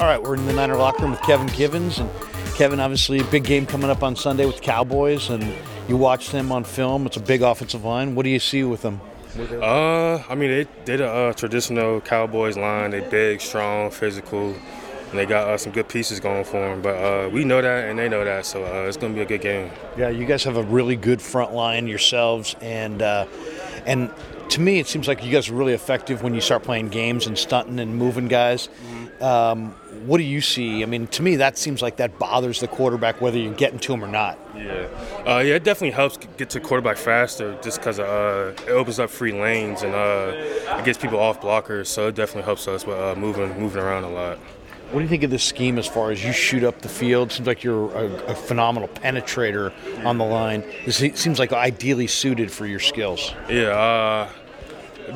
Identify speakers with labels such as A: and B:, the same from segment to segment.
A: All right, we're in the Niner locker room with Kevin Givens, and Kevin, obviously, a big game coming up on Sunday with the Cowboys, and you watch them on film. It's a big offensive line. What do you see with them?
B: Uh, I mean, they did a uh, traditional Cowboys line. They big, strong, physical, and they got uh, some good pieces going for them. But uh, we know that, and they know that, so uh, it's gonna be a good game.
A: Yeah, you guys have a really good front line yourselves, and uh, and to me, it seems like you guys are really effective when you start playing games and stunting and moving guys. Um, what do you see? I mean, to me, that seems like that bothers the quarterback whether you're getting to him or not.
B: Yeah, uh, yeah, it definitely helps g- get to quarterback faster, just because uh, it opens up free lanes and uh, it gets people off blockers. So it definitely helps us with uh, moving, moving around a lot.
A: What do you think of this scheme as far as you shoot up the field? Seems like you're a, a phenomenal penetrator on the line. This se- seems like ideally suited for your skills.
B: Yeah, uh,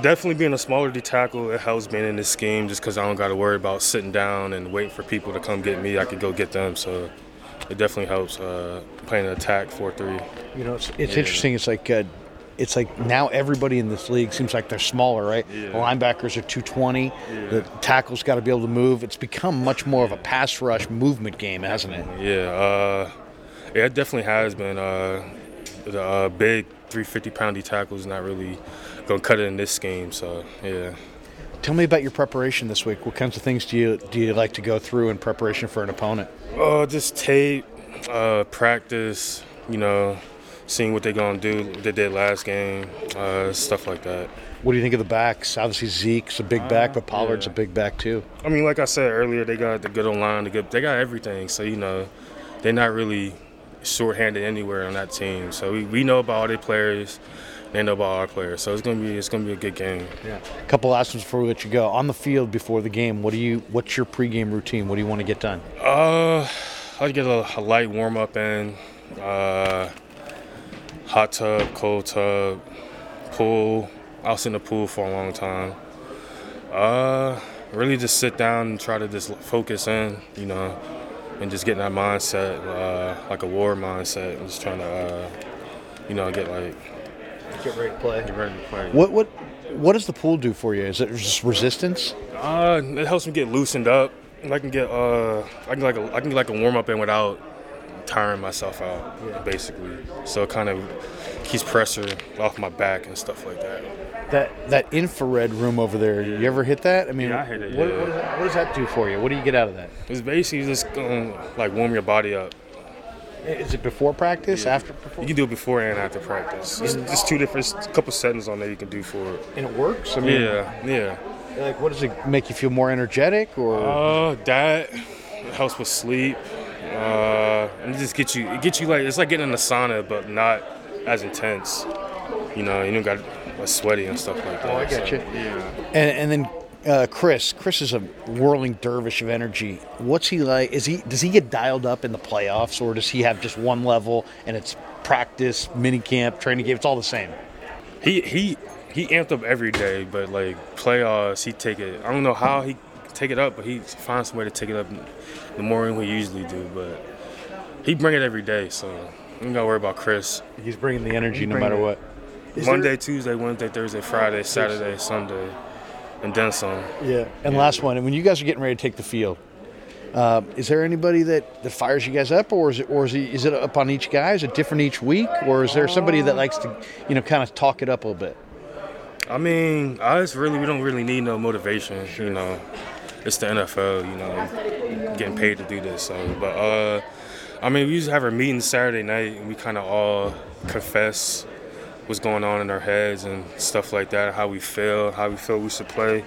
B: definitely being a smaller D tackle, it helps being in this scheme just because I don't got to worry about sitting down and waiting for people to come get me. I could go get them. So it definitely helps uh, playing an attack 4 3.
A: You know, it's, it's interesting. It's like uh, it's like now everybody in this league seems like they're smaller, right? The linebackers are 220. The tackles got to be able to move. It's become much more of a pass rush movement game, hasn't it?
B: Yeah, uh, yeah, it definitely has been. Uh, the uh, big 350 poundy tackle is not really going to cut it in this scheme. So, yeah.
A: Tell me about your preparation this week. What kinds of things do you do you like to go through in preparation for an opponent?
B: Uh, just tape, uh, practice, you know, seeing what they're going to do, what they did last game, uh, stuff like that.
A: What do you think of the backs? Obviously Zeke's a big back, but Pollard's a big back too.
B: I mean, like I said earlier, they got the good old line, the good, they got everything. So you know, they're not really shorthanded anywhere on that team. So we, we know about all their players, they know about our players. So it's gonna be it's gonna be a good game.
A: Yeah. A couple last ones before we let you go. On the field before the game, what do you what's your pregame routine? What do you want to get done?
B: Uh, I'd get a, a light warm up in, uh, hot tub, cold tub, pool. I was in the pool for a long time. Uh, really just sit down and try to just focus in, you know, and just get in that mindset, uh, like a war mindset, and just trying to, uh, you know, get like
A: Get ready to play.
B: get ready to play.
A: What what what does the pool do for you? Is it just resistance?
B: Uh, it helps me get loosened up. And I can get uh, I can like a, I can get like a warm up in without tiring myself out, basically. So it kind of keeps pressure off my back and stuff like that.
A: That that infrared room over there. You ever hit that? I mean,
B: Yeah, I hit it,
A: What,
B: yeah.
A: what, does that, what does that do for you? What do you get out of that?
B: It's basically just going like warm your body up.
A: Is it before practice? After before?
B: You can do it before and after practice. It's just two different s- couple settings on there you can do for it.
A: and it works. I mean,
B: Yeah, yeah.
A: like, what does it make you feel more energetic or?
B: Uh, that it helps with sleep. Uh, and it just gets you, it gets you like it's like getting in the sauna, but not as intense. You know, you don't got like, sweaty and stuff like that.
A: Oh, I get you.
B: Yeah.
A: and, and then uh, Chris, Chris is a whirling dervish of energy. What's he like? Is he does he get dialed up in the playoffs, or does he have just one level and it's practice, mini camp, training game? It's all the same.
B: He he he amped up every day, but like playoffs, he take it. I don't know how he take it up, but he finds some way to take it up the more than we usually do. But he bring it every day, so you don't gotta worry about Chris.
A: He's bringing the energy no
B: bringing
A: matter
B: it.
A: what. Is
B: Monday, Tuesday, Wednesday, Thursday, Friday, Saturday, Sunday, and then some.
A: Yeah. And last one, and when you guys are getting ready to take the field, uh, is there anybody that, that fires you guys up, or is it or is it, is it up on each guy? Is it different each week, or is there somebody that likes to you know kind of talk it up a little bit?
B: I mean, us really, we don't really need no motivation. You know, it's the NFL. You know, getting paid to do this. So, but uh, I mean, we used to have our meeting Saturday night, and we kind of all confess what's going on in our heads and stuff like that, how we feel, how we feel we should play.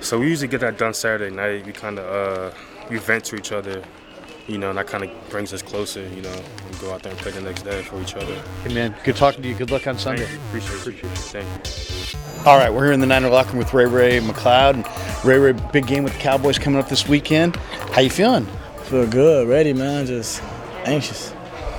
B: So we usually get that done Saturday night. We kind of uh, we vent to each other. You know, and that kind of brings us closer. You know, we go out there and play the next day for each other.
A: Hey man, good talking to you. Good luck on Sunday.
B: Thank you. Appreciate, Appreciate you. Thank you.
A: All right, we're here in the Niner locker room with Ray Ray McLeod. And Ray Ray, big game with the Cowboys coming up this weekend. How you feeling?
C: Feel good, ready, man. Just anxious.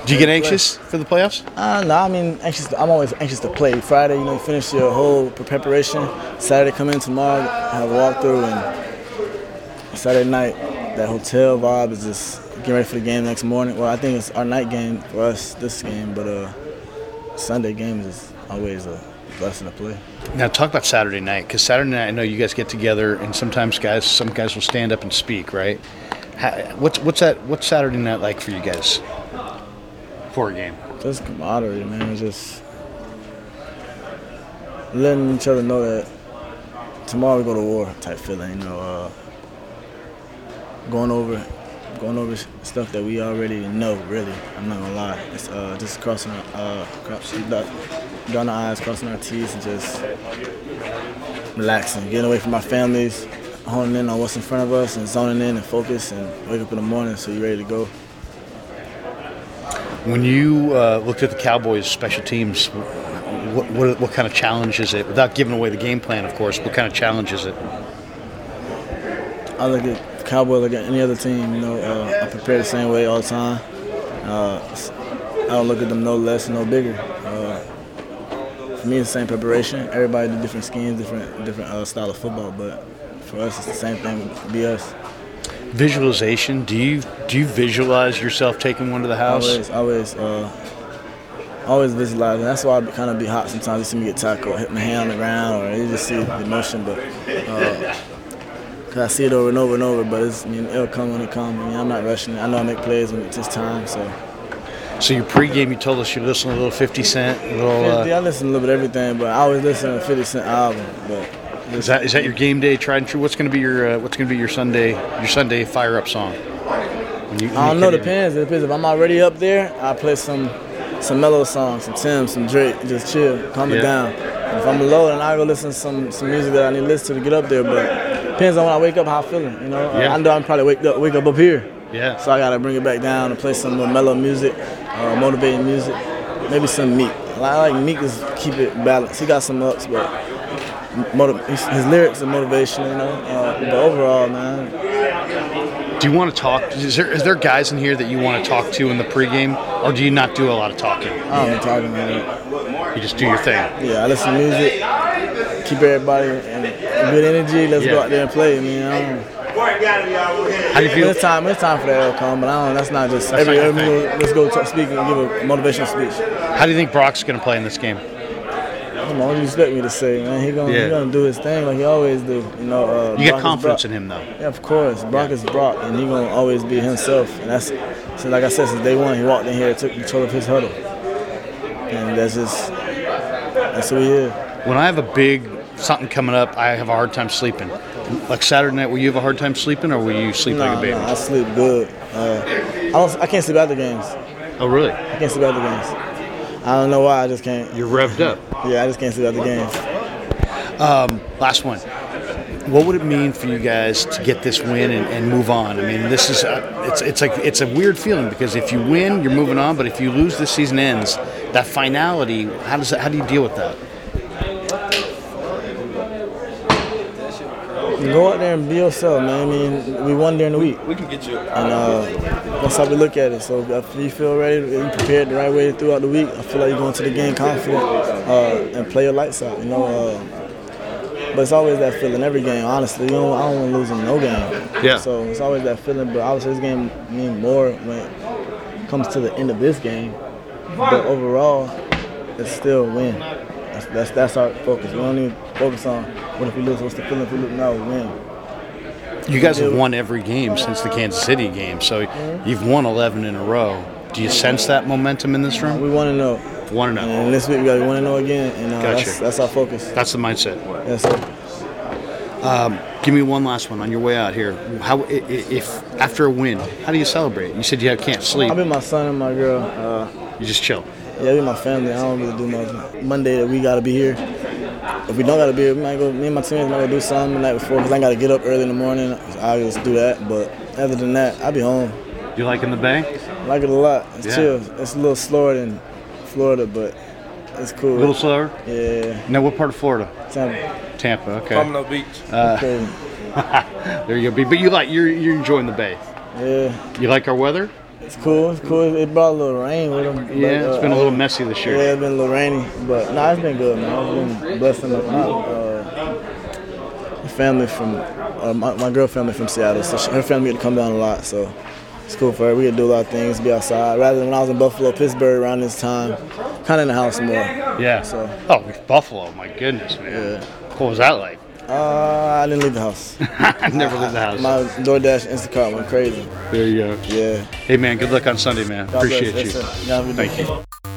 A: Do you get anxious for the playoffs?
C: Uh, no, I mean anxious. I'm always anxious to play. Friday, you know, you finish your whole pre- preparation. Saturday, come in tomorrow, have a walkthrough, and Saturday night, that hotel vibe is just getting ready for the game next morning. Well, I think it's our night game for us, this game, but uh, Sunday games is always a blessing to play.
A: Now talk about Saturday night because Saturday night I know you guys get together and sometimes guys some guys will stand up and speak right. How, what's what's that what's Saturday night like for you guys? Poor game.
C: Just camaraderie, man. It's Just letting each other know that tomorrow we go to war type feeling, you know. Uh, going over, going over s- stuff that we already know. Really, I'm not gonna lie. It's uh, just crossing our, uh, cross, dot- dotting our eyes, crossing our T's, and just relaxing, getting away from our families, honing in on what's in front of us, and zoning in and focus, and wake up in the morning so you're ready to go.
A: When you uh, looked at the Cowboys' special teams, what, what, what kind of challenge is it? Without giving away the game plan, of course, what kind of challenge is it?
C: I look at the Cowboys like any other team. You know, uh, I prepare the same way all the time. Uh, I don't look at them no less, no bigger. Uh, for me, it's the same preparation. Everybody do different schemes, different different uh, style of football, but for us, it's the same thing. Be us.
A: Visualization. Do you do you visualize yourself taking one to the house?
C: Always, always, uh, always visualizing. That's why I kind of be hot sometimes. You see me get tackled, hit my hand on the ground, or you just see the motion. But uh 'cause I see it over and over and over. But it's, I mean, it'll come when it comes. I mean, I'm not rushing. it. I know I make plays when it's just time. So
A: So your pregame, you told us you listen to a little Fifty Cent, a little. Uh,
C: I listen to a little bit of everything, but I always listen to 50 Cent album. But
A: is that is that your game day tried and true? What's going to be your uh, What's going to be your Sunday your Sunday fire up song? When you- when
C: I
A: you
C: don't know.
A: get in.
C: Depends. It depends. If I'm already up there, I play some some mellow songs, some Tim, some Drake, just chill, calm
A: Yeah.
C: it down. If I'm low, then I go listen to some some music that I need to listen to to get up there. But depends on when I wake up, how I'm feeling. You know, Uh,
A: Yeah.
C: I know I'm probably wake up wake up up here.
A: Yeah.
C: So I gotta bring it back down and play some more mellow music, uh, motivating music, maybe some Meek. I like Meek is keep it balanced. He got some ups, but motiv- his, his lyrics are motivational. You know, uh, but overall, man,
A: Do you want to talk? Is there is there guys in here that you want to talk to in the pregame, or do you not do a lot of talking?
C: I don't be talking about it.
A: You just do your thing.
C: Yeah, I listen to music, keep everybody in good energy. Let's
A: Yeah.
C: go out there and play. I mean, I don't,
A: How do you
C: when
A: feel?
C: it's time, when it's time for that to come, but I don't. That's not just
A: That's
C: every
A: not your
C: every
A: thing.
C: little- Let's go talk, speak and give a motivational speech.
A: How do you think Brock's going to play in this game?
C: Come on, what do you expect me to say, man? He gonna
A: Yeah.
C: he gonna do his thing like he always do. You know, uh,
A: You
C: Brock
A: got
C: is
A: confidence
C: Brock.
A: in him, though.
C: Yeah, of course. Brock is Brock, and he gonna always be himself. And that's so. Like I said, since day one, he walked in here, took control of his huddle, and that's just that's who he is.
A: When I have a big something coming up, I have a hard time sleeping. Like Saturday night, will you have a hard time sleeping, or will you sleep like a
C: Nah,
A: baby?
C: nah, I sleep good. Uh, I don't. I can't sleep after games.
A: Oh, really?
C: I can't sleep after games. I don't know why. I just can't.
A: You're revved up.
C: Yeah, I just can't sleep after games.
A: Last one. What would it mean for you guys to get this win and, and move on? I mean, this is uh, it's it's like it's a weird feeling because if you win, you're moving on, but if you lose, this season ends. That finality, how does that, how do you deal with that?
C: Go out there and be yourself, man. I mean, we won during the week. We can get you. And uh, that's how we look at it. So if you feel ready, if you prepared the right way throughout the week, I feel like you're going to the game confident uh, and play your lights out. You know. Uh, but it's always that feeling every game. Honestly, you don't, I don't want to lose in no game.
A: Yeah.
C: So it's always that feeling. But obviously, this game mean more when it comes to the end of this game. But overall, it's still a win. That's, that's that's our focus. We don't even focus on what if we lose, what's the feeling if we lose. No, we win.
A: You guys have won every game since the Kansas City game, so you've won 11 in a row. Do you sense that momentum in this room?
C: We want to know.
A: One and
C: And this week we got to want to know again. And uh,
A: Gotcha.
C: that's, that's our focus.
A: That's the mindset.
C: That's it.
A: Give me one last one on your way out here. How i- i- if after a win, how do you celebrate? You said you have- can't sleep.
C: I'll be my son and my girl. Uh,
A: You just chill.
C: yeah, we my family. I don't really do much. Monday that we got to be here. If we don't got to be here, we might go, me and my teammates might go do something the night before because I got to get up early in the morning. I just do that. But other than that, I'll be home.
A: You like in the bay?
C: I like it a lot. It's
A: Yeah.
C: chill. It's a little slower than Florida, but it's
A: A
C: cool.
A: little slower.
C: yeah,
A: Now, what part of Florida?
C: Tampa.
A: Tampa. Okay.
D: Domino Beach.
A: Uh.
C: crazy.
A: There you go. But you like you're you're enjoying the bay.
C: Yeah,
A: You like our weather?
C: it's cool. It's cool. It brought a little rain with them. but,
A: Yeah, it's
C: uh,
A: been a little messy this
C: Yeah,
A: year.
C: it's been a little rainy, but nah, it's been good, man. It's been blessing my uh, family from uh, my, my girl family from Seattle, so she, her family had to come down a lot, so it's cool for her. We could do a lot of things, be outside. Rather than when I was in Buffalo, Pittsburgh around this time, kind of in the house more.
A: Yeah.
C: So-
A: oh, with Buffalo. My goodness, man.
C: Yeah.
A: What was that like?
C: Uh, I didn't leave the house.
A: I never leave the house.
C: My DoorDash Instacart went crazy.
A: there you go.
C: Yeah.
A: Hey, man. Good luck on Sunday, man.
C: God bless.
A: Appreciate
C: Yes,
A: you.
C: sir. Y'all have a good
A: Thank
C: day.
A: you.